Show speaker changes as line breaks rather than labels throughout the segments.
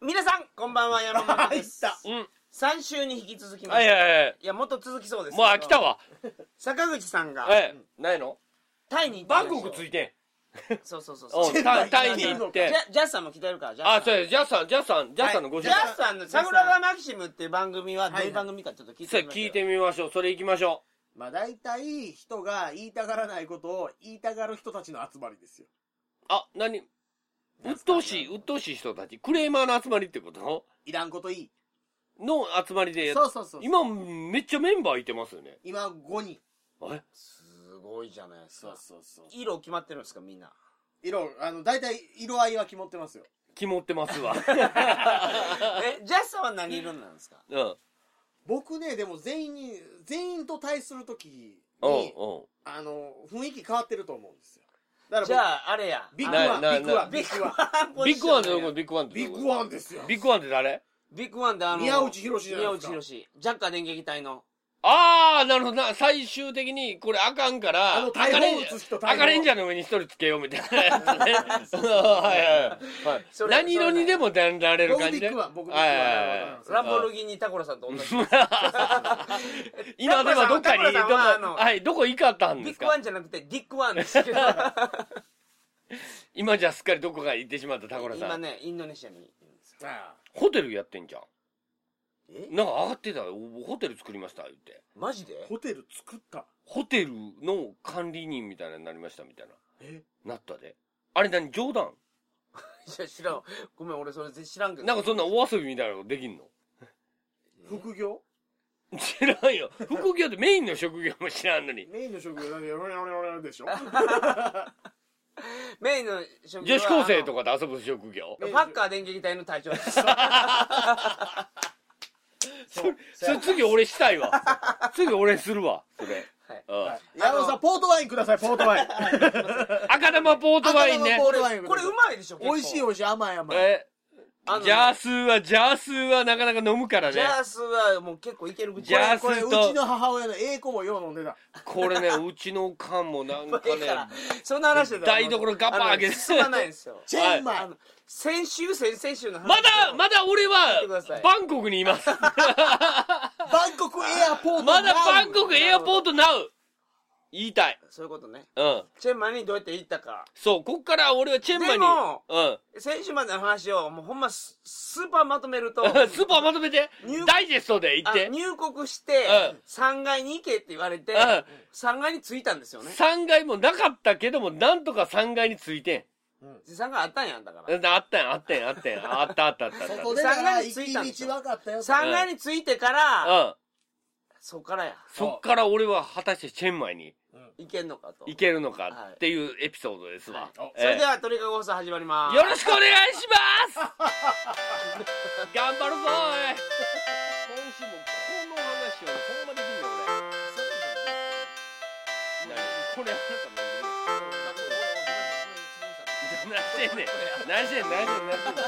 皆さんこんばんは山本です
入った
うん。
3週に引き続きま
は
し
い
て、、
はいいはい。
やもっと続きそうですけ
も
ど
う飽きたわ。
坂口さんが
え、ないの
タイに行った
バ
ん
ン
ですよ
コクついて。
そうそうそうんそう
うん。タイタイに行っ
ジャ
て。
ジャスさんも来てるからジャスさん
あ、そうや、ジャスさん、ジャスさん、ジャスさんのご
ジ
主
ャ
人。
スさんの「桜田マキシム」っていう番組はどういう番組かちょっと聞い
さ
て
あ
みましょう
聞いてみましょう。それ行きましょ
まあ大体人が言いたがらないことを言いたがる人たちの集まりですよ。
う。あ、なに鬱陶しい、鬱陶しい人たち。クレーマーの集まりってこと
いらんこといい。
の集まりでやっ
そうそうそう。
今、めっちゃメンバーいてますよね。
今5人。
え
すごいじゃないですか
そうそう。
色決まってるんですかみんな
色、あの、大体色合いは決まってますよ。
肝ってますわ。
えジャスさんは何色なんですか
うん。うん、
僕ね、でも全員に、全員と対するときに、
うん。
あの、雰囲気変わってると思うんですよ。だから僕
じゃああれや
ビッグワン、ビ
なな
ッグワン、
ビ
ビ
ッ
ッ
グ
グ
ワ
ワ
ン
ン。
ポ
ビ
ジシ
ッグワ
ョ
ンってどこ
ン
ビッグワンって
ビ
ど
ッ
こ
グワンですよ。
ビッグワンって誰
ビッグワンであの
宮内博士じゃない
宮
です
内
か。
博士ジャッカー電撃隊の
ああ、なるほどな。最終的に、これあかんから、
あの大砲
赤レンジャー
撃つ人大砲
赤レンジャーの上に一人つけようみたいなや つね。はいはいはい。
それ
何色にでもなられる
僕
感
ビ
じ
ッ
で
グ。ワン、僕ビッグ
はいはい
ワ
は
ン。
ランボルギーニタコラさんと同じ
今でもどっかに、
タコさん
どこ、
はあの
はい、どこ行かったん
ビ
で
ッ
す
グワ
か
ンじゃなくてディックワンです けど
今じゃすっかりどこか行ってしまったタコラさ
今
ん。
ねインドネシアにいるんですよ
ああ
ホテルやってんじゃん。
え
なんか上がってたよ。おホテル作りました、言って。
マジで
ホテル作った。
ホテルの管理人みたいなのになりましたみたい
え
な。なったで。あれ何冗談
いや知らんごめん俺それ全然知らんけど
なんかそんなお遊びみたいなことできんの
副業
知らんよ。副業ってメインの職業も知らんのに。
メインの職業だけど、俺俺俺でしょ
メインの職業
女
は
子高生とかで遊ぶ職業
あのパッカー電撃隊の隊長です
そう。
それ次俺し たいわ。次俺するわ。それ。
はい
うん
あのさん、ポートワインください、ポートワイン。
赤玉ポートワイン
赤
ね
玉
こ
ポ。ーこれ
れ
はよ
これうまいでしょ結
美
構
味しい美味しい、甘い甘い。
え、
あの
ジャースーは、ジャースーはなかなか飲むから
ジ
ね。
ャースはもう結構いける口
ジャース
これ、うちの母親のええ子もよう飲んでた。
これね、うちのおかんもなんか
だ
ね
か、らそんな話で
台所ガバー開けて
進まないん ですよ
チェンマ
あ
イ
の。先週先々週の話
まだ、まだ俺
てくださ、
はいバンコクにいます。
バンコクエアポート
ま
ナ
だ
ウ
バンコクエアポートナウ言いたい。
そういうことね
うん。
チェンマイにどうやって行ったか
そう、こっから俺はチェンマイに。
でも
うん。
先週までの話をもうほんまススーパーまとめると
スーパーまとめて
入、
ダイジェストで行っ
あ
て、
入国して
うん
3階に行けって言われて
うん
3階に着いたんですよね
3階もなかったけども、なんとか3階について
3階あったんやんだから
ん。うんあったん、あったん、あったん、あったあったあったあった。
外出たら行き道分かったよ。
3階に着いてから
うん。
そっからや
そっから俺は果たしてチェンマイに
行けんのかと
行けるのかっていうエピソードですわ。
はい
え
それ
え
ではトリカゴ放送始まります
よろしくお願いします 頑張るぞおい今週もこの話をほんまできんの俺何これあなた何で何してんねん何してんねん何してんねん何してんねん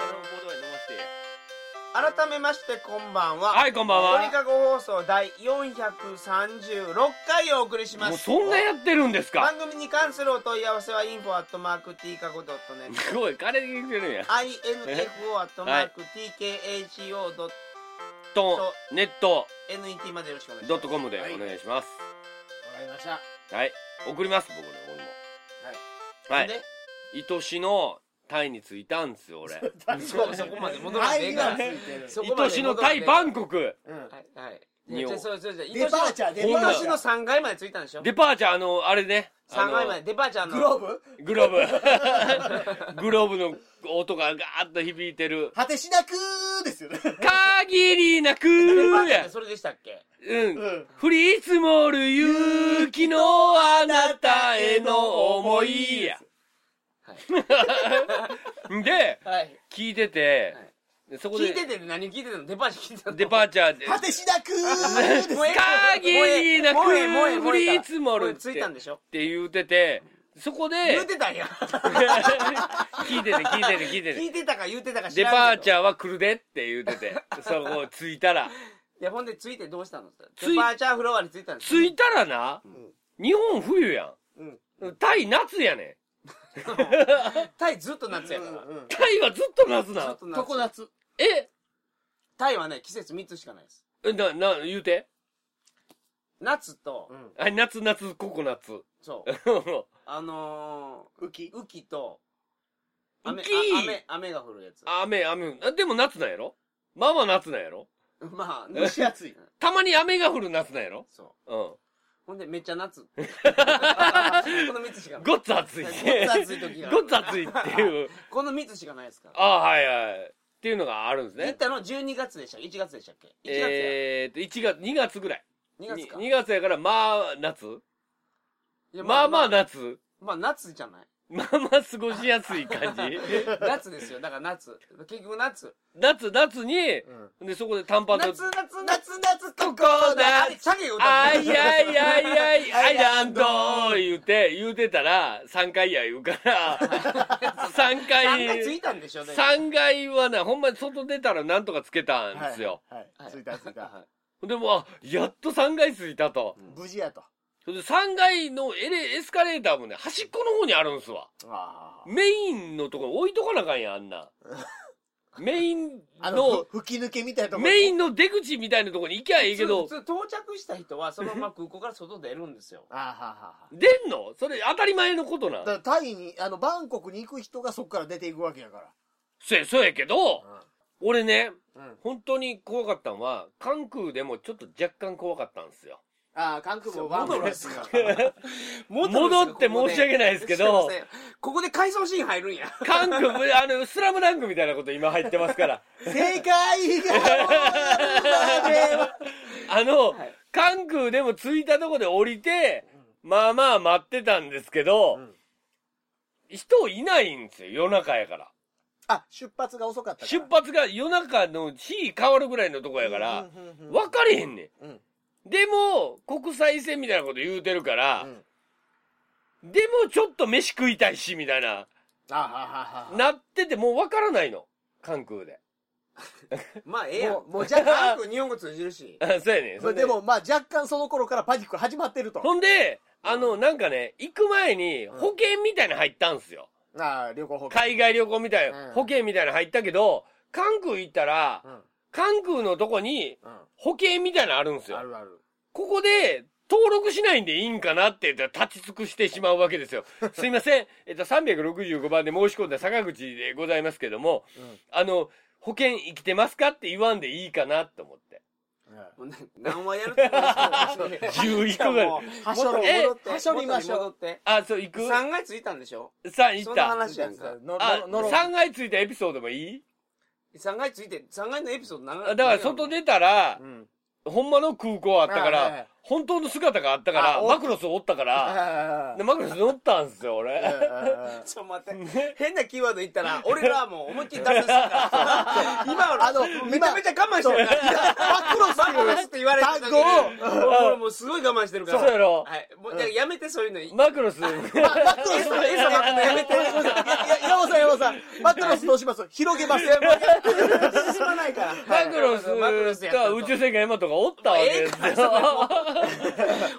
赤のボードワイン飲ませて
改めましてこんばんは
はいこんば
ト
ん
リ
は
カゴ放送第436回をお送りしま
もう
す
そんなやってるんですか
番組に関するお問い合わせは info at mark tkago.net
すごい彼に言ってるんや
info at
は
mark tkago.net
とネット
までよろしくお願いし
ド
ま
ッ
す
トコムでお願いし
わ
ます
かりました。
はい送ります僕ね俺もはい
で
愛しのタイに着いたんですよ俺
そうそこまで戻らんでえ
愛
え
が
か
つ
ら
いてる。
そこ ま
愛
で
し
戻
の
らん
タ
でえ
イ
え
バンコク
うん
はいはい
に
じゃあそうそうそう
デパーチャー、デパ
ほんま
ー
や
愛
チ
し
ャ
の
ー。
3階まで着いたんでしょ
デパーチャーあのあれねあ
3
の
階までデパーチャーの
グローブ
グローブ グローブの音がガーッと響いてる
果てしなくーですよね。
限りなく
デパーチャーっ
や
てそれでしたっけ
う
うんん。
降り積もる勇気のあなたへの思いや
はい
で
はい
聞いてて
はい
でそこ
聞い
で
てて何聞いてたのデパーチャー聞いてたの
デパーチャーで
果てしなくーで す
もうええ
限りなく
もうええもうええもうええ
降り積もる
うええ着いたんでしょ
って言うててそこで
言うてたんや
聞いてて聞いてて聞いてて
聞いてたか言うてたか知
デ
らん
パーチ
ャー
ャーは来るでって言うて て、そこ着いたら。
いやほんで着いてどうしたの
着い
デパーチャーフロアに着いたんです
着いたらな、日本冬やん。
うん
タイ夏やね
タイずっと夏や
う
か
ん
ら。
うん
タイはずっと夏
ず
な
っ
ん
と
常
夏。
夏
え
タイはね、季節3つしかないです。
えな、な、言うて。
夏と
う、ん
あ、夏、夏、ココナッツ。
そう、
あ
あの
浮き
ー、雨季と、雨、あ
雨季
雨、雨が降るやつ。
雨、雨。あでも夏なんやろまあまあ夏なんやろ
まあ、
蒸し暑い
たまに雨が降る夏なんやろ
そう。
う
ほんで、めっちゃ夏。この3つしか
ん。
ない。
ごっつ暑いって。
ごっつ暑い時がある
ごっつ暑いっていう。
この3つしかないですから。
ああ、はいはい。っていうのがあるんです
行っ
ね。
たの12月でしたっけ ?1 月でしたっけ ?1 月や。
えーっと、1月、2月ぐらい。
2月か。
に2月やから、まあ、夏
いや
まあまあ。夏。
まあ夏じゃない。
まあまあ過ごしやすい感じ。
夏ですよ。だから夏。結局夏。
夏、夏に、
うん
で、そこで短パン
夏、
と。
夏、夏、夏、ここだ。あれ、チャゲ歌
あ
って
い
る
やいやいやいや、アイランド言うて、言うてたら、3回や言うから、3
3回つい
回、
たんでしょだから
3回はね、ほんまに外出たらなんとかつけたんですよ。
はい
は
は
い
いついたついた
は
でも、あ、やっと3回着いたと。
無事やと
それで3階のエレ、エスカレーターもね、端っこの方にあるんすわ。
あ
メインのところに置いとかなあかんやん、あん な。メイン
あの
の、
ふ吹き抜けみたいなとこ
メインの出口みたいなところに行きゃいいけど
普、通到着した人はそのまま空港から外出るんですよ。
あーはあはあは
出んのそれ当たり前のことなん
あ。だからタイにあのバンコクに行く人がそこから出ていくわけやか
そや、そうやけど、
ら
俺ね、
うん、うん、
本当に怖かったのは、関空でもちょっと若干怖かったんですよ。
ああ韓国もバンコ
戻る
ク
ん
で
ですす
か
からら
戻って申し訳ないですけど、
すいませんここで回想シーン入るんや。
関空、あの、スラムダンクみたいなこと今入ってます から、
世界 が
あの、
はい
関空でも着いたとこで降りて、まあまあ待ってたんですけど、
うん
人いないんですよ、夜中やから。
あ出発が遅かったから
出発が夜中の日変わるぐらいのとこやから、
うんうんうんうん
分かれへんね
うん
ん。でも、国際線みたいなこと言うてるから、
うん
でもちょっと飯食いたいし、みたいな、
あははは
なっててもう分からないの。関空で。
まあええやん
も。 うもう
じゃあ、韓国日本語通じるし。
あそうやねん。
まあでもまあ若干その頃からパニック始まってると
ほんで、あの、なんかね、行く前に
ん
保険みたいなの入ったんすよ。
ああ旅行保険
海外旅行みたい
うん
な、保険みたいなの入ったけど、関空行ったら
う、ん
関空のとこに
う
保険みたいなのあるんです
んあ
よ。
るある
ここで、登録しないんでいいんかなって言ったら立ち尽くしてしまうわけで すよ。すいません。えっと、365番で申し込んだ坂口でございますけども、あの、保険生きてますかって言わんでいいかなと思って。
もうね何話やるってことですか
11個ぐらい
はしょろ
え
戻ってはしょりまし
戻
ょ
って。
あ、そう、行く
3回ついたんでしょ
さあ、行
そ
っ
んな
た。
話やんか。
うの
あ、
のの
3階ついたエピソードもいい
3回ついて、3回のエピソード長
あだから外出たら
う、ん
ほんまの空港あったか
あはいはい
ら、本当の姿があったから、
あお
マクロスおったから、
あ
でマクロス乗ったんすよ、俺。
あ
ちょっと待って。変なキーワード言ったら、俺らはもう思いっきり出すし か。今は
あの
めちゃめちゃ我慢してるから。マクロスマクロスって言われてた時に
単
俺もうすごい我慢してるから。
そうやろ
はい。もうだからやめて、そういうの。い
マクロス。
マクロスの
餌まくのやめて
山本さん山本さんマクロスどうします広げます
進まないから。
マクロス
マクロスやった
か
と
宇宙戦艦ヤマトがおったわけ
ええ
です
から、それ
よ。
もう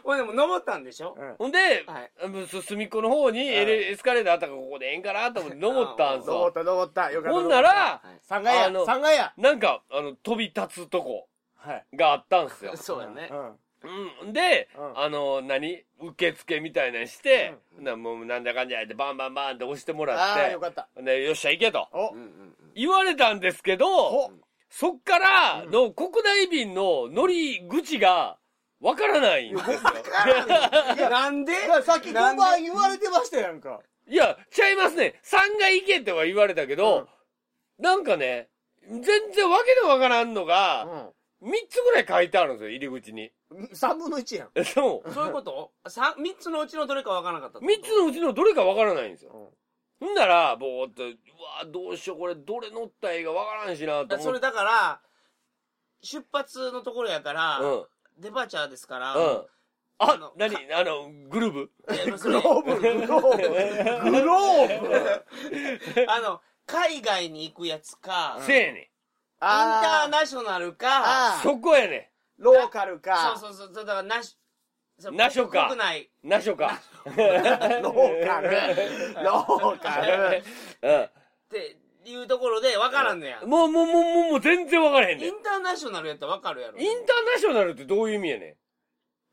俺でも登ったんでしょ
うん
ほんで、
はい
うんす隅っこの方にエレエスカレーターあったからここでええんかなと思って登ったんす
登
よ
っ。た登ったよかった
ほんなら、
はい
三階
あ
や
の
三階や
なんか、あの、飛び立つとこ
はい
があったんすよ。
そうやね。
うん、で、
うん
あの、何受付みたいなんして、なもうなんだかんだやってバンバンバンって押してもら
ああよ
っ
かった
て、でよっしゃ行けと
お
うんうん うん
言われたんですけど、
お
そっからの国内便の乗り口がわからないんですよ。
なんで
いやさっき5
なんで
番言われてましたやんか
いや、ちゃいますね。3が行けっては言われたけど、なんかね、全然わけのわからんのが、3つぐらい書いてあるんですよ、入り口に。
3分の1やん
えそ
そういうこと三三つのうちのどれかわからなかったっ
う。
てこ
3
と
つのうちのどれかわからないんですよ。ほんなら、ぼーっと、うわーどうしよう、これ、どれ乗ったらいいかわからんしな、と
だ
思
それ
って。
だから、出発のところやから、
うん。うん。
デパーチャーですから、
あ、
あの
何あの、グルーブ
え ーそ
グ
れ
ローブグローブグローブ
あの、海外に行くやつか、イン
せやね
イン
ターナショナルか、
ん。そこやね
ローカル
そ
か
うそうそう、だからなし、そう
なしょか
国内
なしょか。
農家 ね。農家ね。
っていうところで分からんのや、
うんもう、もう、もう、もう、もう全然わからへんねん。
イ
イン
ンターナショナルやったら分かるやろ
ターナショナルってどういう意味やねん。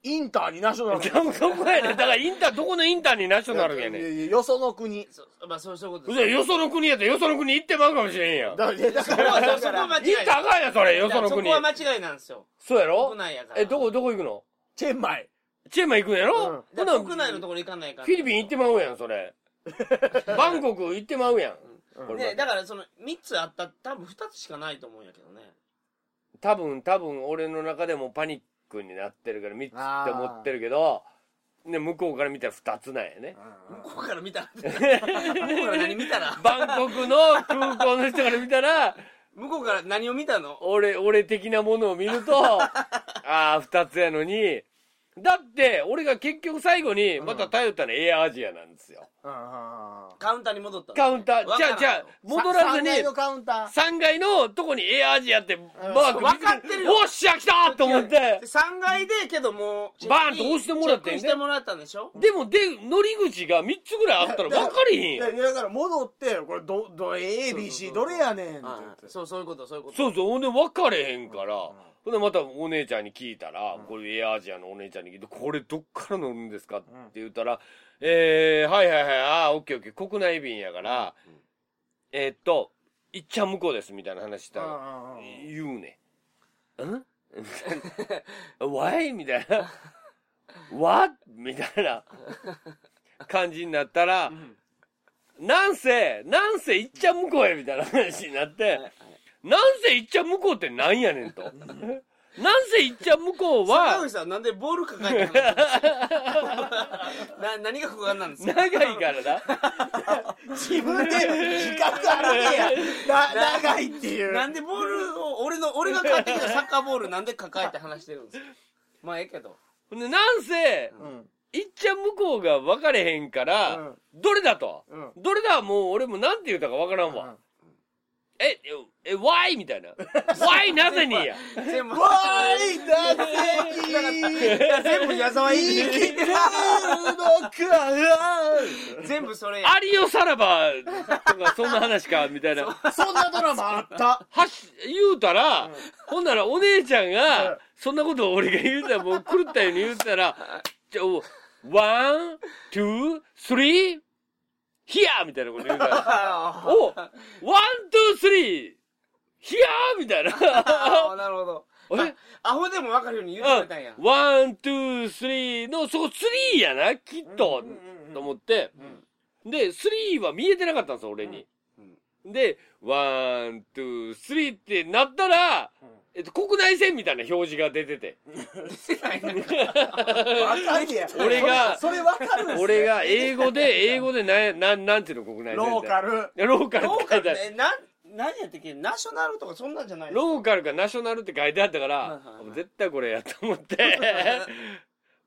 インターにナショナル。
そこやねん。だからインター、どこのインターにナショナルやねん。
ん。よその国。
そうまあそうそういうこと
じゃよその国やったらよその国行ってまうかもしれんやん。イン
だからいやだか
そこは
ら、
そこは間違い
ターがや、それ、よ
いや
その
そ
国
こ。は間違いなんですよ
そうやろ
国内やから
え、どこ、どこ行くの
チェンマイ。
チェンマイ行くんや
うん
だか
ろほな
ら国内のところ行かないから
フィリピン行ってまうやん、それ。バンコク行ってまうやん。これ
ねだからその3つあったら多分2つしかないと思うんやけどね
多分、多分、俺の中でもパニックになってるから、3つって思ってるけど、ね、向こうから見たら2つなんや ね。
向こうから見 たら向こうから何見たら
バンコクの空港の人から見たら、
向こうから何を見たの
俺、俺的なものを見る と、ああ、二つやのに。だって、俺が結局最後に、また頼ったのはエアアジアなんですよ。
うんうんうん
カウンターに戻ったの
カウンター、
わ
じ
から
ゃ
ん
あじゃあ、戻らず
さ三
に、
階のカウンタ
3階のとこにエアアジアってマーク
分かってるよ
おっしゃ、来た と思って
で。3階でけどもう
バーンと押してもらっ
チェッ
てん
クイ
ね
ンしてもらったんでしょ
でも、で、乗り口が3つぐらいあったら分かり
ー。い
へんよ
や。いやだから戻って、これ、ど、ど、A、B、C、どれやねんって
あ
言っ
あ
て。
そうそういうことそういうこと
そうそう、ほんで分かれへんから、ほんでまたお姉ちゃんに聞いたら、これエアアジアのお姉ちゃんに聞いて、これどっから乗るんですかって言ったら、えー、はいはいはい、ああ、オッケーオッケー、国内便やから、えーっと、いっちゃん向こうですみたいな話した
うん
ら、
うんうん
言うね。ん ?why? みたいな。what? みたいな感じになったら、なんせ、なんせいっちゃん向こうやみたいな話になって、なんせいっちゃん向こうってなんやねんと。なんせいっちゃん向こう
坂
は
口さんなんでボール抱えてるの な何が不安なんですか
長いからな。
自分で自覚あるねや。 な、長いっていう。
なんでボールを俺の俺が買ってきたサッカーボールなんで抱えて話してるんですかまあええけど
ほんでなんせ、
うん。
いっちゃん向こうが分かれへんから、
うん
どれだと、
うん
どれだもう俺もなんて言うたか分からんわ。
うん
え、え、え why? みたいな。why な ぜにや。
全部
わーい、だって
いや全部矢沢
生き
永
て
吉
るのか
全部それや
アリオさらばとか、そんな話か、みたいな。
そんなドラマあった
はし、言うたら、ほんならお姉ちゃんが、そんなことを俺が言うたら、もう狂ったように言うたら、ちょ、ワン、ツー、スリー、ヒアーみたいなこと言う から、
あ
おワン、ツー、スリー、ヒアーみ たいな。
あなるほど
え
アホでも分かるように言ってくれたんや
うんワン、ツー、スリーの、そこスリーやな、きっと、と思って、で、スリーは見えてなかったんですよ、俺に。で、ワン、ツー、スリーってなったら、えっと、国内線みたいな表示が出てて、
わかんねや。
俺が
それわかるんすね
俺、が英語で、英語でなん、なん、なんていうの国内線って
ローカル。
いやロ ーカルっ
ロー
て書
カ
いて
ル
ある。
えなん何やってっけナショナルとかそんなんじゃないの
ローカルかナショナルって書いてあったから
はいはい、はい
絶対これやと思って、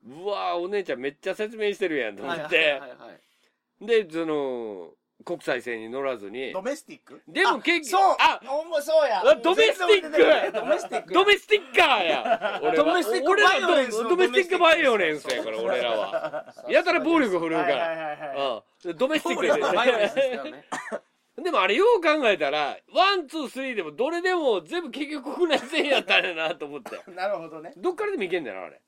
うわぁ、お姉ちゃんめっちゃ説明してるやんと思
はい
っ
はい
て
は、いはい
で、その、国際線に乗らずに
ド。メスティック
でも結局、
そう
あ
ほんまそうや
あドメスティック
ドメスティック
ドメスティッカーや俺は
ドメスティック
俺ら
バイオレンスの
ドメスティックバイオレンスやから、俺らは。やたら暴力振るうか
はいはいはいはい
ら。うん。ドメスティッ
暴
ク
力バイオレンスですからね
でもあれよう考えたら、ワン、ツー、スリーでもどれでも全部結局国内線やったんやなと思って。
なるほどね。
どっからでも行けんだよな、あれ。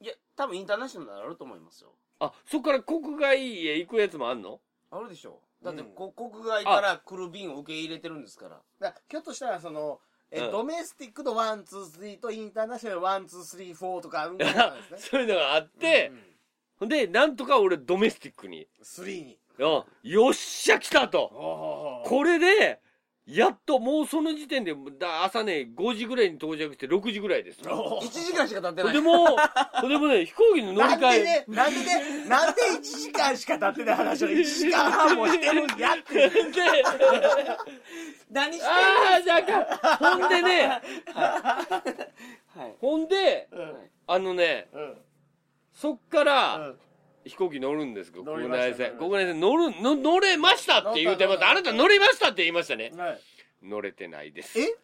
いや多分インターナショナルあると思いますよ
あ、そっから国外へ行くやつもあんの
あるでしょだって、
うん
こ国外から来る便を受け入れてるんですから
だからひょっとしたら、その、え
うん
ドメスティックのワン、ツー、スリーとインターナショナルワン、ツー、スリー、フォーとかあるんじゃないですね。
そういうのがあって、ほんで、なんとか俺ドメスティックに。
スリーに。
うんよっしゃ、来たと。これで、やっともうその時点で、だ朝ね、5時ぐらいに到着して6時ぐらいです。
1
お
時間しか経って
と
ない
ても、とても ね、飛行機の乗り
なんで
換え。
ね、なんでね、なんで1時間しか経ってない話を1時間半もしてるんやって。
で、
何してんの
ああ、じゃあか。ほんでね、
はい
ほんで、
うん
あのね、
うん
そっから、
うん
飛行機乗るんですけど、
乗り
国
まし
内
た
線。
ね
国内線乗る、の乗れましたって言うてました。
乗
あな
った
た乗れましたって言いましたね。
はい
乗れてないです。
え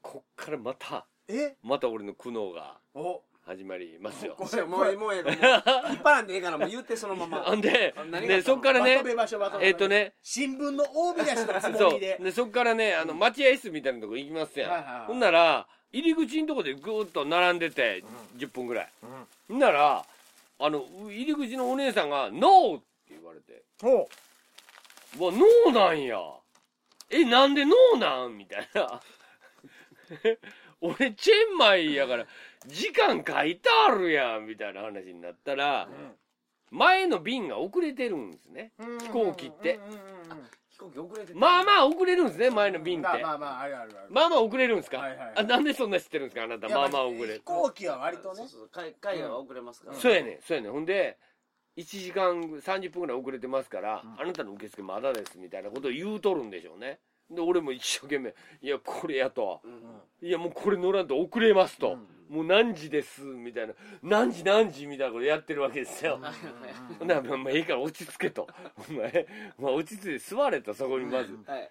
こっからまた、
え
また俺の苦悩が
お
始まりますよ。
こ
それもうも うええからもう引っ張らんでええからもう言ってそのまま
ほんで
何があったの
でそっから
ま
ね
とめましょうまとめましょう
えっとね
新聞の大見出しのつも
そ
り
う
で
でそっからねあの待合室みたいなとこ行きますやん、
はいはいはい
ほんなら入り口のとこでぐーっと並んでて、10分ぐらいほんならあの入り口のお姉さんが「NO!」って言われて
ほ
「うわ NO なんやえなんで NO なん?」みたいな 俺チェンマイやから時間書いてあるやんみたいな話になったら、前の便が遅れてるんですね
う
飛行機って
うんうんうんうん
飛行機遅れてた
まあまあ遅れるんですね前の便って
まあまあまああるあるある
まあまあ遅れるんですか、
はいはいはい
あなんでそんな知ってるんですかあなた
いや
まあまあ遅れ
飛
る
行機は割と
そう
ね
そう海海外は遅れますから、
そうやねそうやねほんで1時間30分ぐらい遅れてますから、あなたの受付まだですみたいなことを言うとるんでしょうねで俺も一生懸命「いやこれや」と
うん
「いやもうこれ乗らんと遅れます」と「もう何時です」みたいな「何時何時」みたいなことやってるわけですよ、ほんならまあまあいいから落ち着けと 「お前、まあ、落ち着いて座れとそこにまず
はい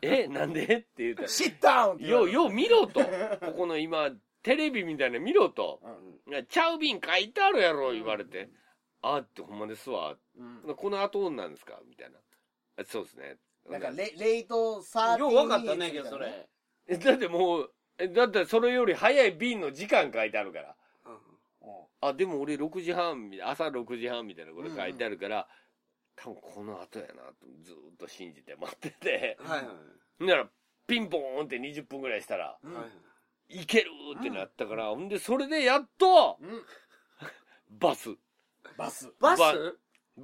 「えなんで?」って言うたら
シッタウンって言わ
よ
れる
う、よう見ろと。ここの今、テレビみたいなの見ろと。ちゃう便書いてあるやろ、言われて。あってほんまですわ。
うん
この後女なんですかみたいな。あそうですね。
なんかレレイトサー
よう分かったねけどそれ、
えだってもう、えだってそれより早い便の時間書いてあるから。
うん
あ、でも俺6時半、朝6時半みたいなこと書いてあるから、多分この後やなとずーっと信じて待ってて。
はいはい
ほんなら、ピンポーンって20分ぐらいしたら、
はい
いけるってなったから、ほんで、それでやっと、
うん
バス。
バス
バス
バ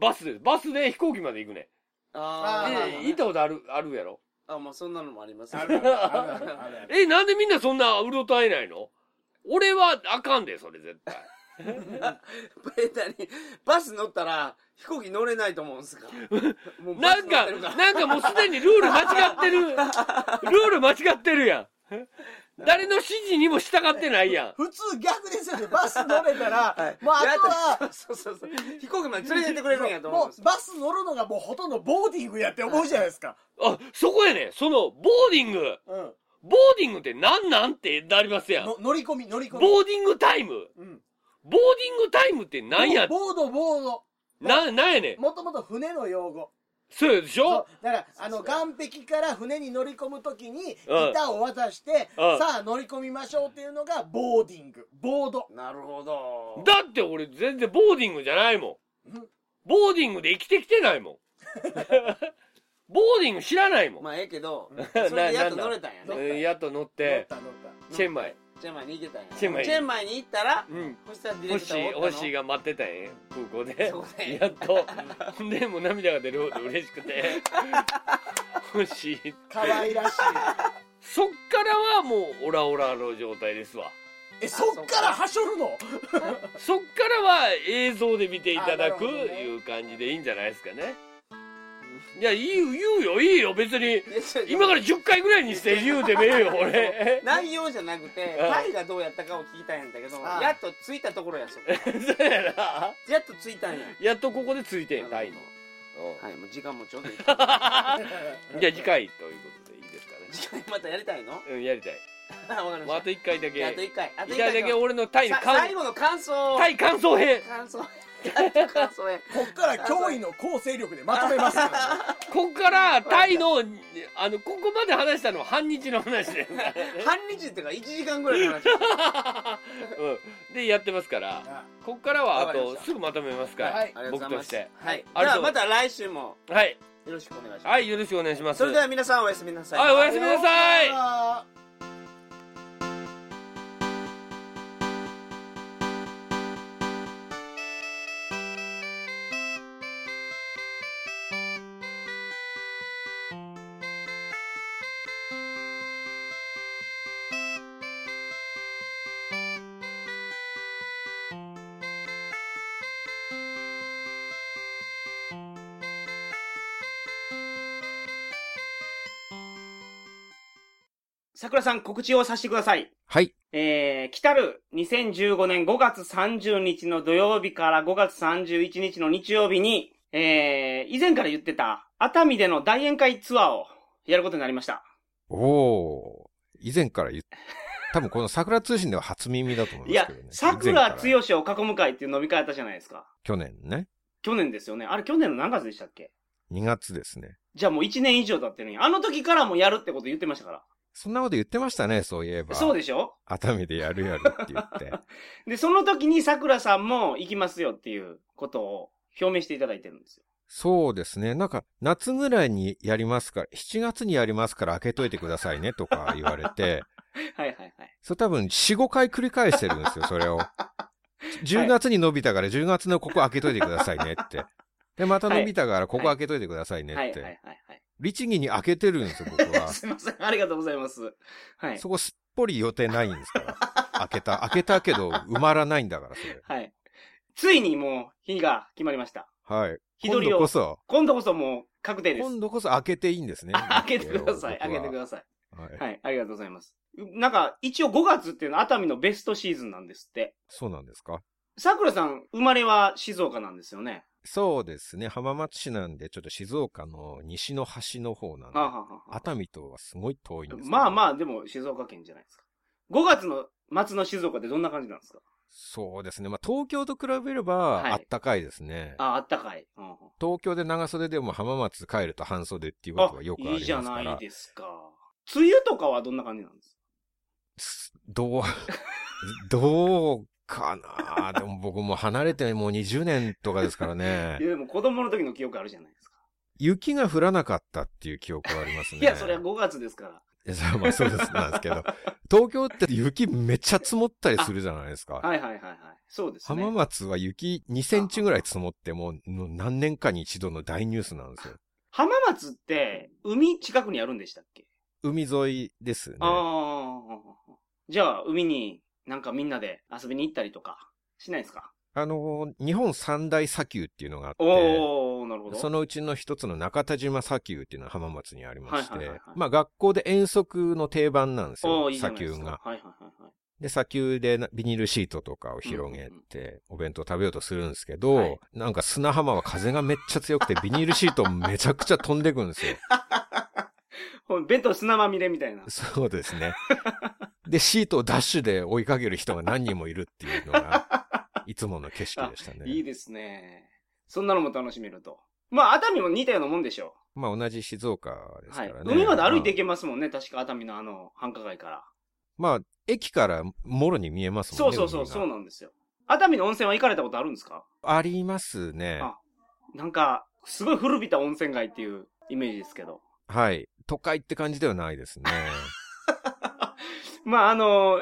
バスです。バスで飛行機まで行くね。
あ
あ
ー
まあ
え、行ったことある、あるやろ。
あまあそんなのもあります
あるあるあるあるあるある
え、なんでみんなそんなうろたえないの俺はあかんで、それ絶 対。
ベタにバス乗ったら飛行機乗れないと思うんですかもうバ
な
ス乗
ん
っ
か
てる、
なんかもうすでにルール間違ってる。ルール間違ってるや ん。誰の指示にも従ってないやん。
普通逆ですよねバス乗れた ら、
はい
もうあ
やっ
とは
たそうそうそう飛行機まで連れてってくれるんやと思
も
うんです
うバス乗るのがもうほとんどボーディングやって思うじゃないですか。
あ、そこやね。その、ボーディング。
うん。
ボーディングってなんなんってなりますやん。
の乗り込み、乗り込み。
ボーディングタイム。
うん。
ボーディングタイムってなんや
ボード、ボード。
な、なんやねん。
もともと船の用語。
そうやでし
そう
ょ
だから、あの、岸壁から船に乗り込むときに、
うん
板を渡して、
うん
さあ乗り込みましょうっていうのが、ボーディング。ボード。
なるほど
だって俺全然ボーディングじゃないもん
うん。
ボーディングで生きてきてないもん。 ボーディング知らないもん。
まあええけど
な
それでやっと
なんだ
乗れたんや
乗
ね
った
うんやっと乗っ、
乗ってた乗った。
チェンマイ。
チェンマイに行けたんや
チェンマイ
に行ったら
うん。
そしたらディ
ホ
レ
ッ
ク
シ
ターおった
ー、ホ
の
ッシーが待ってたんや、空港で
そう。ね
やっと。で、もう涙が出るほど嬉し くて。ホッシー。
可愛らしい。
そっからはもうオラオラの状態ですわ。
え、そっからはしょる の
そっからは映像で見ていただ
あなる
く
ほどね
いう感じでいいんじゃないですかね。いや、いいよ、言うよ、いいよ、別
い
に。
やちょ
今から10回ぐらいにして言うてねえ よ、俺。
内容じゃなくて
うん
タイがどうやったかを聞きたいんだけど
あ
やっと着いたところや そこ
そうやな。
やっと着いたんや
やっとここでついてん、タイの。
はいもう時間もち ょうどいい
うんじゃあ次回ということでいいですかね。
次回またやりたいの
うん、やりたい。
わかり
もう
ま
あ
し
と1回だけ。
たあと
1
1回あと
回だけ俺のタイ、
さ
感
最後の感想を
タイ感想編。
感想 編感想編
こっから脅威の構成力でまとめますからね。
ここからタイの、あの、ここまで話したのは半日の話です。
半日っていうか1時間ぐらいの話
うん。で、やってますから。ここからはあとすぐまとめますから、
はい
ありがとうご
僕
ざい
と
ま
し
す
て
はい
あり
じ
が
ゃ
と
あ
う
また来週も
はい
よろしくお願いします
はいよろしくお願いします
それでは皆さんおやすみなさい
はいおやすみなさい
あー
桜さん告知をさせてください。
はい。
えー、来たる2015年5月30日の土曜日から5月31日の日曜日に、えー、以前から言ってた熱海での大宴会ツアーをやることになりました。
おー。以前から言っ多分この桜通信では初耳だと思い
いや
ますけどね。、
桜
前回
剛を囲む会っていう飲み会あったじゃないですか。
去年ね。
去年ですよね。あれ去年の何月でしたっけ
2月ですね。
じゃあもう1年以上経ってるんや。あの時からもやるってこと言ってましたか
そんなこと言ってましたね、そういえば。
ら。そうでしょ
熱海でやるやるって言って。
で、その時に桜さんも行きますよっていうことを表明していただいてるんですよ。
そうですね。なんか、夏ぐらいにやりますから、7月にやりますから開けといてくださいねとか言われて、
はいはいはい。
それ多分4、5回繰り返してるんですよ、それを。10月に伸びたから10月のここ開けといてくださいねって。で、また伸びたからここ開けといてくださいね
は
っ
いはいは
て。
いはい。
律儀に開けてるんですよ、僕は。
すいません。ありがとうございます。 はい。
そこすっぽり予定ないんです から。開けた、開けたけど埋まらないんだから、それ。
はい。ついにもう日が決まりました。
はい。
日
今
取り
度こ
を。
そ、
今度こそもう確定です
今。度こそ開けていいんですね。
あ開けてください。開けてく
さ
ださい。
い。はい
はい。ありがとうございます。なんか、一応5月っていうのは熱海のベストシーズンなんですって。
そうなんですか
桜さん、生まれは静岡なんですよね。
そうですね。浜松市なんで、ちょっと静岡の西の端の方なんで
はあ、、はあはあはあ、
熱海とはすごい遠いんです
まあま
あ。
あ、でも静岡県じゃないですか。5月の末の静岡ってどんな感じなんですか
そうですね。まあ東京と比べ
は
れ
い
ば、あったかいですね。
あ、あったかい。うんうん
東京で長袖でも浜松帰ると半袖っていうことはよくあります
いいじゃ
か
な
ら。
いですか。梅雨とかはどんな感じなんです
すどう、 どうかなでも僕もう離れてもう20年とかですから
か
ね
い。や、でも子供の時の記憶あるじゃないですか。
雪が降らなかったっていう記憶はありますね。
いや、それは5月ですから。
いやそれはまあそうです、なんですけど。 東京って雪めっちゃ積もったりするじゃないですか。
はいはいはいはい。そうですね。
浜松は雪2センチぐらい積もってもう何年かに一度の大ニュースなんですよ。
浜松って、海近くにあるんでしたっけ
海沿いですね。
ああ。じゃあ、海になんかみんなで遊びに行ったりとかしないですか
あのー、日本三大砂丘っていうのがあっ
お
て、
おーなるほど。
そのうちの一つの中田島砂丘っていうのは浜松にありまし
はいはいはい
て
はい、
まあ学校で遠足の定番なんです
お
よ
ーい、いじゃ
砂
ないです
丘
か
が。
はいはいはいはい。
で、砂丘でなビニールシートとかを広げて、お弁当食べようとするんですけど、
はい
なんか砂浜は風がめっち ゃ強くて、ビニールシートめちゃくちゃ飛んでくんですよ。
ほん弁当砂まみれみたいな。
そうですね。で、シートをダッシュで追いかける人が何人もいるっていう のが、いつもの景色でしたね。
いいですね。そんなのも楽しめると。まあ、熱海も似たようなもんでしょ
まあ同じ静岡
う。
です
は
か
い
らね。。
海まで歩いていけますもんね。確か熱海のあの、繁華街から。
まあ、まあ駅からもろに見えます
そ
も
うん
ね。
そうそう、
海が
そうなんですよ。熱海の温泉は行かれたことあるんですか
ありますね。
あなんか、すごい古びた温泉街っていうイメージですけど。
はい。都会って感じではな いですね。
まあ、あの、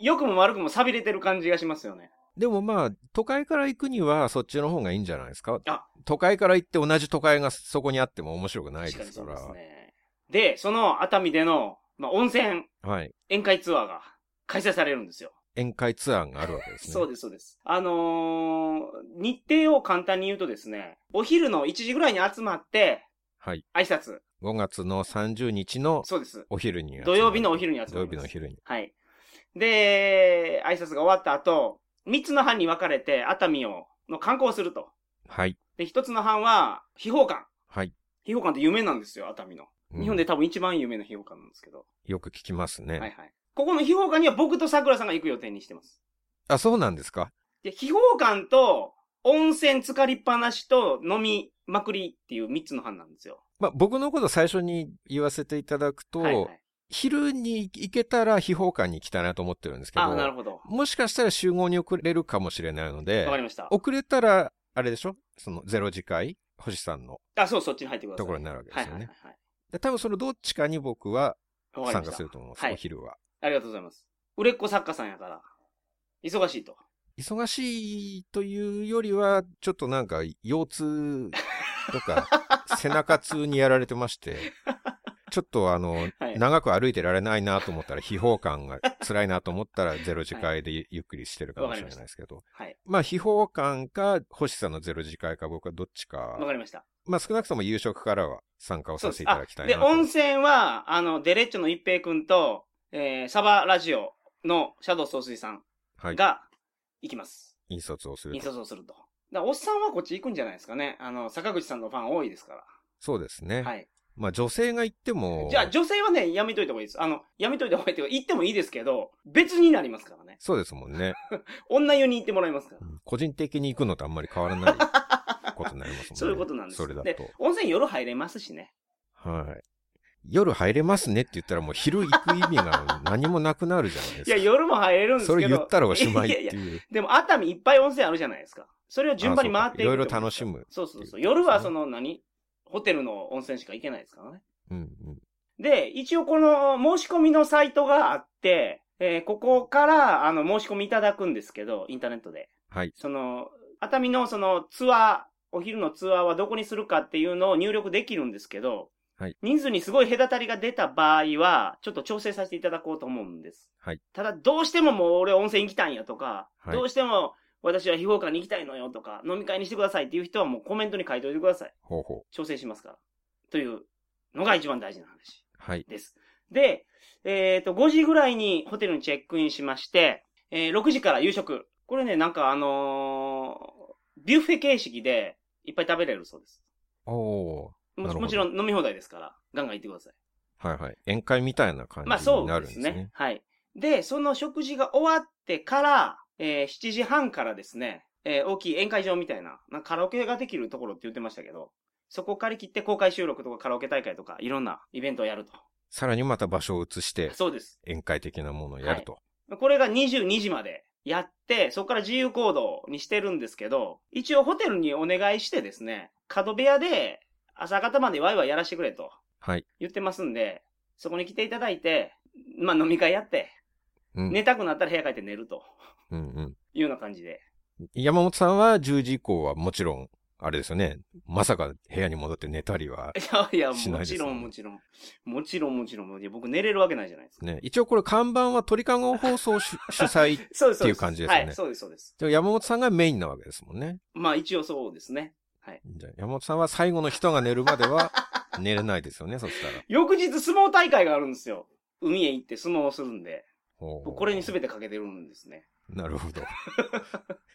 良くも悪くも錆びれてる感じがしますよね。
でもまあ、都会から行くにはそっちの方がいいんじゃないですか
あ
都会から行って同じ都会がそこにあっても面白くな
確
いで
かに
す
そ
か
う
ら。
ですね。で、その熱海での、まあ、温泉
はい。
宴会ツアーが開催されるんですよ。
宴会ツアーがあるわけですね。
そうです、そうです。あのー日程を簡単に言うとですね、お昼の1時ぐらいに集まって、
はい。
挨拶。
5月の30日の
そうです。
お昼に集まる。
土曜日のお昼に集まる
土曜日のお昼に。
はい。で、挨拶が終わった後、3つの班に分かれて熱海を、の観光をすると。
はい。
で、1つの班は、秘宝館。
はい。
秘宝館って有名なんですよ、熱海の。
うん
日本で多分一番有名な秘宝館なんですけど。
よく聞きますね。
はいはい。ここの秘宝館には僕と桜さんが行く予定にしてます。
あ、そうなんですか
で、秘宝館と、温泉浸かりっぱなしと飲みまくりっていう3つの班なんですよ。
まあ、僕のこと最初に言わせていただくと、
はいはい。
昼に行けたら秘宝館に行きたいなと思ってるんですけど、
あ、なるほど。わ
もしかしたら集合に遅れるかもしれないので
か、りました。
遅れたら、あれでしょそのゼロ次回星さんの。
あ、そう、そっちに入ってください。
ところになるわけですよね
はいはいはい
で多分そのどっちかに僕は
はい。わか
参
り
加
まし
す
た
る。と思うんです、
はい
お昼は。
ありがとうございます。売れっ子作家さんやから、忙しいと。
忙しいというよりは、ちょっとなんか腰痛 とか背中痛にやられてまして、ちょっとあの、
はい
長く歩いてられないなと思ったら、秘宝感が辛いなと思ったら、ゼロ次会でゆゆっくりしてるかもしれないですけど、
はい。
まあ、秘宝感か、星さんのゼロ次会か、僕はどっちか
わ、かりました。
まあ、少なくとも夕食からは参加を
そうで
さ
す。
せていた
あ
だきた、いな
で、
と。
温泉は、あの、デレッチョの一平くんと、えー、サバラジオのシャドウ総帥さん
はい。
が、行きます。
引率をする
印
と。
刷をすると。だからおっさんはこっち行くんじゃないですかね。あの、坂口さんのファン多いですから。
そうですね。
はい。
まあ女性が行っても、
じゃあ女性はね、やめといた方がいいです。あの、やめといた方がいいっていうか、言ってもいいですけど、別になりますからね。
そうですもんね。
女湯に行ってもらいますから
う。ん個人的に行くのとあんまり変わ らないことになりますもんね。
そういうことなんです
それだ
で
と。、
温泉夜入れますしね。
はい。夜入れますねって言ったらもう昼行く意味が何もなくなるじゃないです
い
か。
や、夜も入れるんですけ
そ
ど。
れ言ったらおしまいっ
やや
ていう。
でも、熱海いっぱい温泉あるじゃないですか。それを順番に回っていく
あそうかいろいろ楽しむ
そうそうそう。
っていうことですね
夜はその何、ホテルの温泉しか行けないですからね。
うんうん。
で、一応この申し込みのサイトがあって、えーここから、あの、申し込みいただくんですけど、インターネットで。
はい。
その、熱海のそのツアー、お昼のツアーはどこにするかっていうのを入力できるんですけど、
はい
人数にすごい隔たりが出た場合は、ちょっと調整させていただこうと思うんです。
はい
ただ、どうしてももう俺温泉行きたいんやとか、
はい
どうしても私は非評価に行きたいのよとか、飲み会にしてくださいっていう人はもうコメントに書いておいてください。
ほうほう。
調整しますから。というのが一番大事な話。
はい。
です。で、えっ、と、5時ぐらいにホテルにチェックインしまして、えー6時から夕食。これね、なんかあのービュッフェ形式でいっぱい食べれるそうです。
おお
も
なるほど
もちろん飲み放題ですから、ガンガン行ってください。
ーはいはい。宴会みたいな感
まあ
じに
そ
な
う
るん
で
ですす
ね。
ね。
はい。で、その食事が終わってから、えー7時半からですね、えー大きい宴会場みたいな、なんかカラオケができるところって言ってましたけど、そこを借り切って公開収録とかカラオケ大会とかいろんなイベントをやると。
さらにまた場所を移して、
そうです。
宴会的なものをやると。
これが22時までやって、そこから自由行動にしてるんですけど、一応ホテルにお願いしてですね、角部屋で朝方までワイワイやらしてくれと
はい。
言ってますんで、そこに来ていただいて、まあ飲み会やって、
うん。
寝たくなったら部屋帰って寝ると
うんうん。
いうような感じで。
山本さんは10時以降はもちろん、あれですよね。まさか部屋に戻って寝たりは。
いやいや、
しな
も
いで
ち
すね
ろんもちろん。もちろんもちろん。いや僕寝れるわけないじゃないですか。
ね。一応これ看板は鳥かご放送 主主催。
そうです、そうです。
っていう感じですよね
はい、そうです、そうです。
でも山本さんがメインなわけですもんね。
まあ一応そうですね。
じゃあ山本さんは最後の人が寝るまで は寝れないですよね、そしたら。
翌日相撲大会があるんですよ。海へ行って相撲をするんで。
ほう
これに全てかけてるんですね。
なるほど。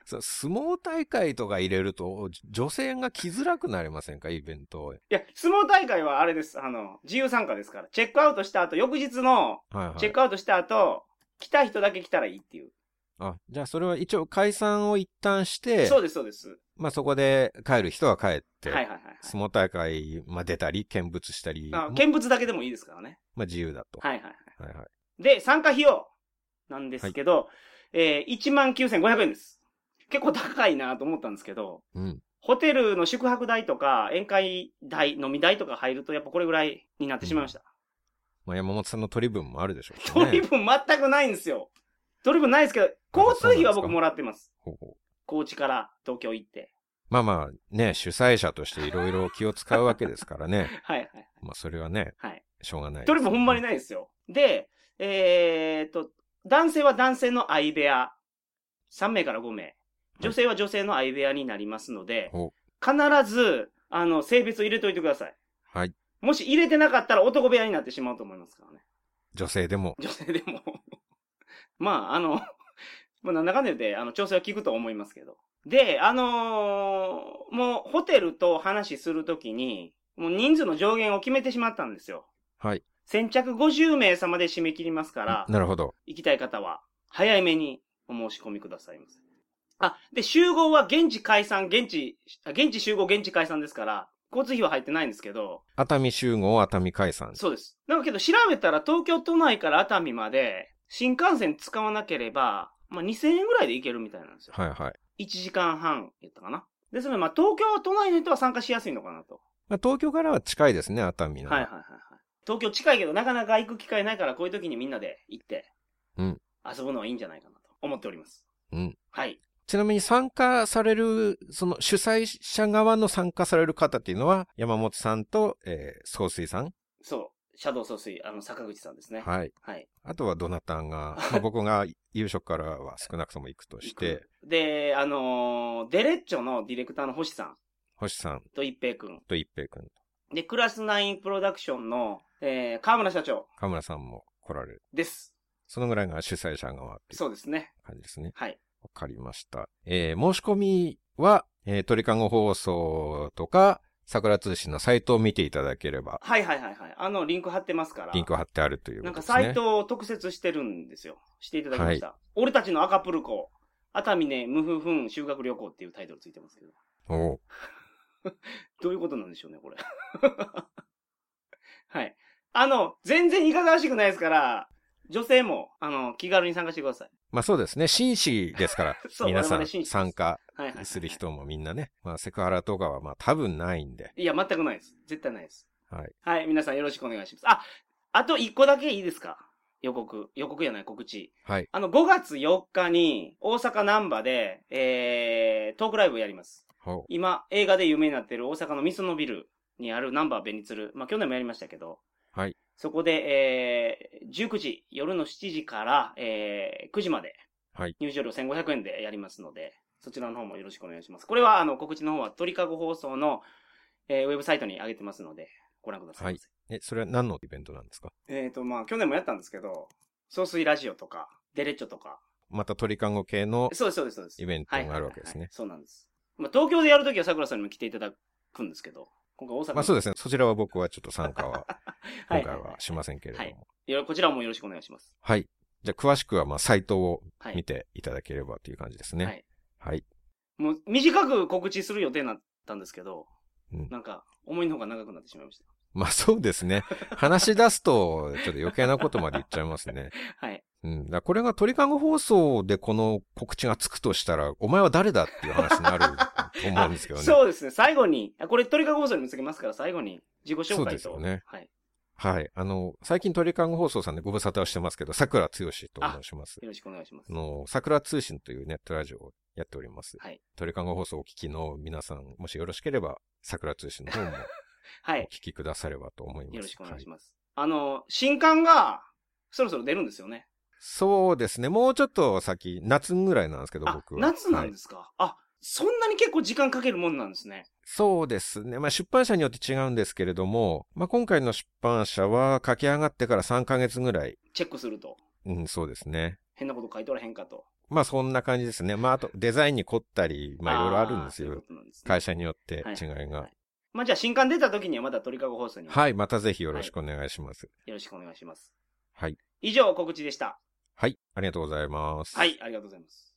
そう相撲大会とか入れると、じ女性が来づらくなりませんか、イベントを。はい
いや、相撲大会はあれです。あの、自由参加ですから。チェックアウトした後、翌日の
はい。
チェックアウトした後、来た人だけ来たらいいっていう。
あ、じゃあそれは一応解散を一旦して、
そうです、そうです。
まあそこで帰る人は帰って、
はいはいはいはい。
相撲大会、まあ、出たり、見物したり、
あ
も
見物だけでもいいですからね。
まあ自由だと。
はいはいはい。
はいはい
で、参加費用なんですけど、えー、19,500円です。結構高いなと思ったんですけど、
うん。
ホテルの宿泊代とか、宴会代、飲み代とか入ると、やっぱこれぐらいになってしまいました。
まあ山本さんの取り分もあるでしょうし ね。
取り分全くないんですよ。取り分ないですけど、交通費は僕もらってます。
ほうほう
高知から東京行って。
まあまあね、主催者としていろいろ気を使うわけですからね。
はいはい。
まあそれはね、
はい
しょうがないです
取り分ほんまに
ね。
ないですよ。で、えー、っと、男性は男性の相部屋。3名から5名。女性は女性の相部屋になりますので、
ほ
必ず、あの、性別を入れといてください。
はい。
もし入れてなかったら男部屋になってしまうと思いますからね。
女性でも。
女性でも。 まあ、あの、 まあ、なんだかんだ言って、あの、調整は効くと思いますけど。で、あのーもう、ホテルと話しするときに、もう人数の上限を決めてしまったんですよ。
はい。
先着50名様で締め切りますから、
なるほど。
行きたい方は、早めにお申し込みくださいませ。あ、で、集合は現地解散、現地、あ現地集合、現地解散ですから、交通費は入ってないんですけど、
熱海集合、熱海解散。
そうです。なんかけど調べたら東京都内から熱海まで新幹線使わなければ、まあ、2000円ぐらいで行けるみたいなんですよ。
はいはい。
1時間半やったかな。ですので、まあ、東京都内の人は参加しやすいのかなと。
まあ東京からは近いですね、熱海の。
はいはいはいはい。東京近いけどなかなか行く機会ないからこういう時にみんなで行って、
うん
遊ぶのはいいんじゃないかなと思っております。
うん
はい。
ちなみに参加される、その主催者側の参加される方っていうのは、山本さんと、えー、総帥さん。
そう。シャドウ総帥、あの、坂口さんですね。
はい。
はい。
あとはどなた んが、まあ、僕が夕食からは少なくとも行くとして、
で、あのーデレッチョのディレクターの星さん
星さん
と一平くん。
と一平君、
で、クラスナインプロダクションの、えー、河村社長
河村さんも来られる。
です。
そのぐらいが主催者側っていう
そうですね。
感じですね。
はい。
わかりました。えー申し込みは、えー鳥かご放送とか、桜通信のサイトを見ていただければ、
はいはいはいはい。あの、リンク貼ってますから。
リンクを貼ってあるというこ
なんか
とですね。
サイトを特設してるんですよ。していただきました。俺たちの赤プルコ、熱海ね、ムフフン修学旅行っていうタイトルついてますけど。
おう
どういうことなんでしょうね、これ。 はい。あの、全然いかがわしくないですから、女性も、あの、気軽に参加してください。、
まあそうですね。紳士ですから
そう
皆さ
我々
ん
紳士です
参加
はいはいはい、
する。人もみんなね、まあセクハラとかはまあ多分ないんで、
いや、全くないです。絶対ないです。
はい。
はい、皆さんよろしくお願いします。あ、あと一個だけいいですか予告。予告じゃない、告知。
はい。
あの、5月4日に、大阪難波で、えー、トークライブをやります。
ほう
今、映画で有名になっている大阪のミソノビルにあるナンバーベニツル。まあ、去年もやりましたけど。
はい。
そこで、えー、19時、夜の7時から、えー、9時まで。
はい。
入場料1500円でやりますので、そちらの方もよろしくお願いします。これは、あの、告知の方は鳥かご放送の、えー、ウェブサイトに上げてますので、ご覧くださいませ。
え、それは何のイベントなんですか
えっ、と、まあ、去年もやったんですけど、総水ラジオとか、デレッチョとか。
また鳥看護系の
そうです、そうです、そうです。
イベントがあるわけ
はいはいはい
です
はい
ね。
そうなんです。まあ、東京でやるときは桜さんにも来ていただくんですけど、今回大阪
まあそう
う
ですね。そちらは僕はちょっと参加は
は
今
い
回はしませんけれど
はい
も。
です。こちらもよろしくお願いします。
はい。じゃあ詳しくはまあサイトを
はい。
見ていただければという感じです
は
ね。
い。
はい。
もう、短く告知する予定になったんですけど、
うん
なんか、思いのほか長くなってしまいまし
まあそうで すね。話し出すとちょっと余計なことまで言っちゃいますね。
た。はい。
うん。だからこれが鳥看護放送でこの告知がつくとしたら、お前は誰だっていう話になると思うんで すけどね。
そうですね。最後に、あこれ、鳥かご放送に見つけますから、最後に自己紹介と。
そうですよね
はい。
はい。あの、最近鳥看護放送さんでご無沙汰をしてますけど、桜剛と申します。
よろしくお願いします
あ。の、桜通信というネットラジオをやっております。
はい
鳥看護放送をお聞きの皆さん、もしよろしければ、桜通信の方も
は
お
い
聞。きくださればと思います。
よろしくお願いし
はい
ます。あの、新刊が、そろそろ出るんですよね。
そうですね。もうちょっと先、夏ぐらいなんですけど、
あ、
僕は。
夏なん
はい
ですか、あ、そんなに結構時間かけるもんなんですね。
そうですね。まあ、出版社によって違うんですけれども、まあ、今回の出版社は書き上がってから3ヶ月ぐらい。
チェックすると。
うん、そうですね。
変なこと書いとらへんかと。
まあ、そんな感じですね。まあ、あと、デザインに凝ったり、まあ、いろいろあるんです
ーそういう
よ
こ。となんですね
会社によって
はい
違いが。
まあじゃあ新刊出た時にはまだ鳥かご放送にも
はい、またぜひよろしくお願いします。
よろしくお願いします。
はい。
以上告知でした。
はい、ありがとうございます。
はい、ありがとうございます。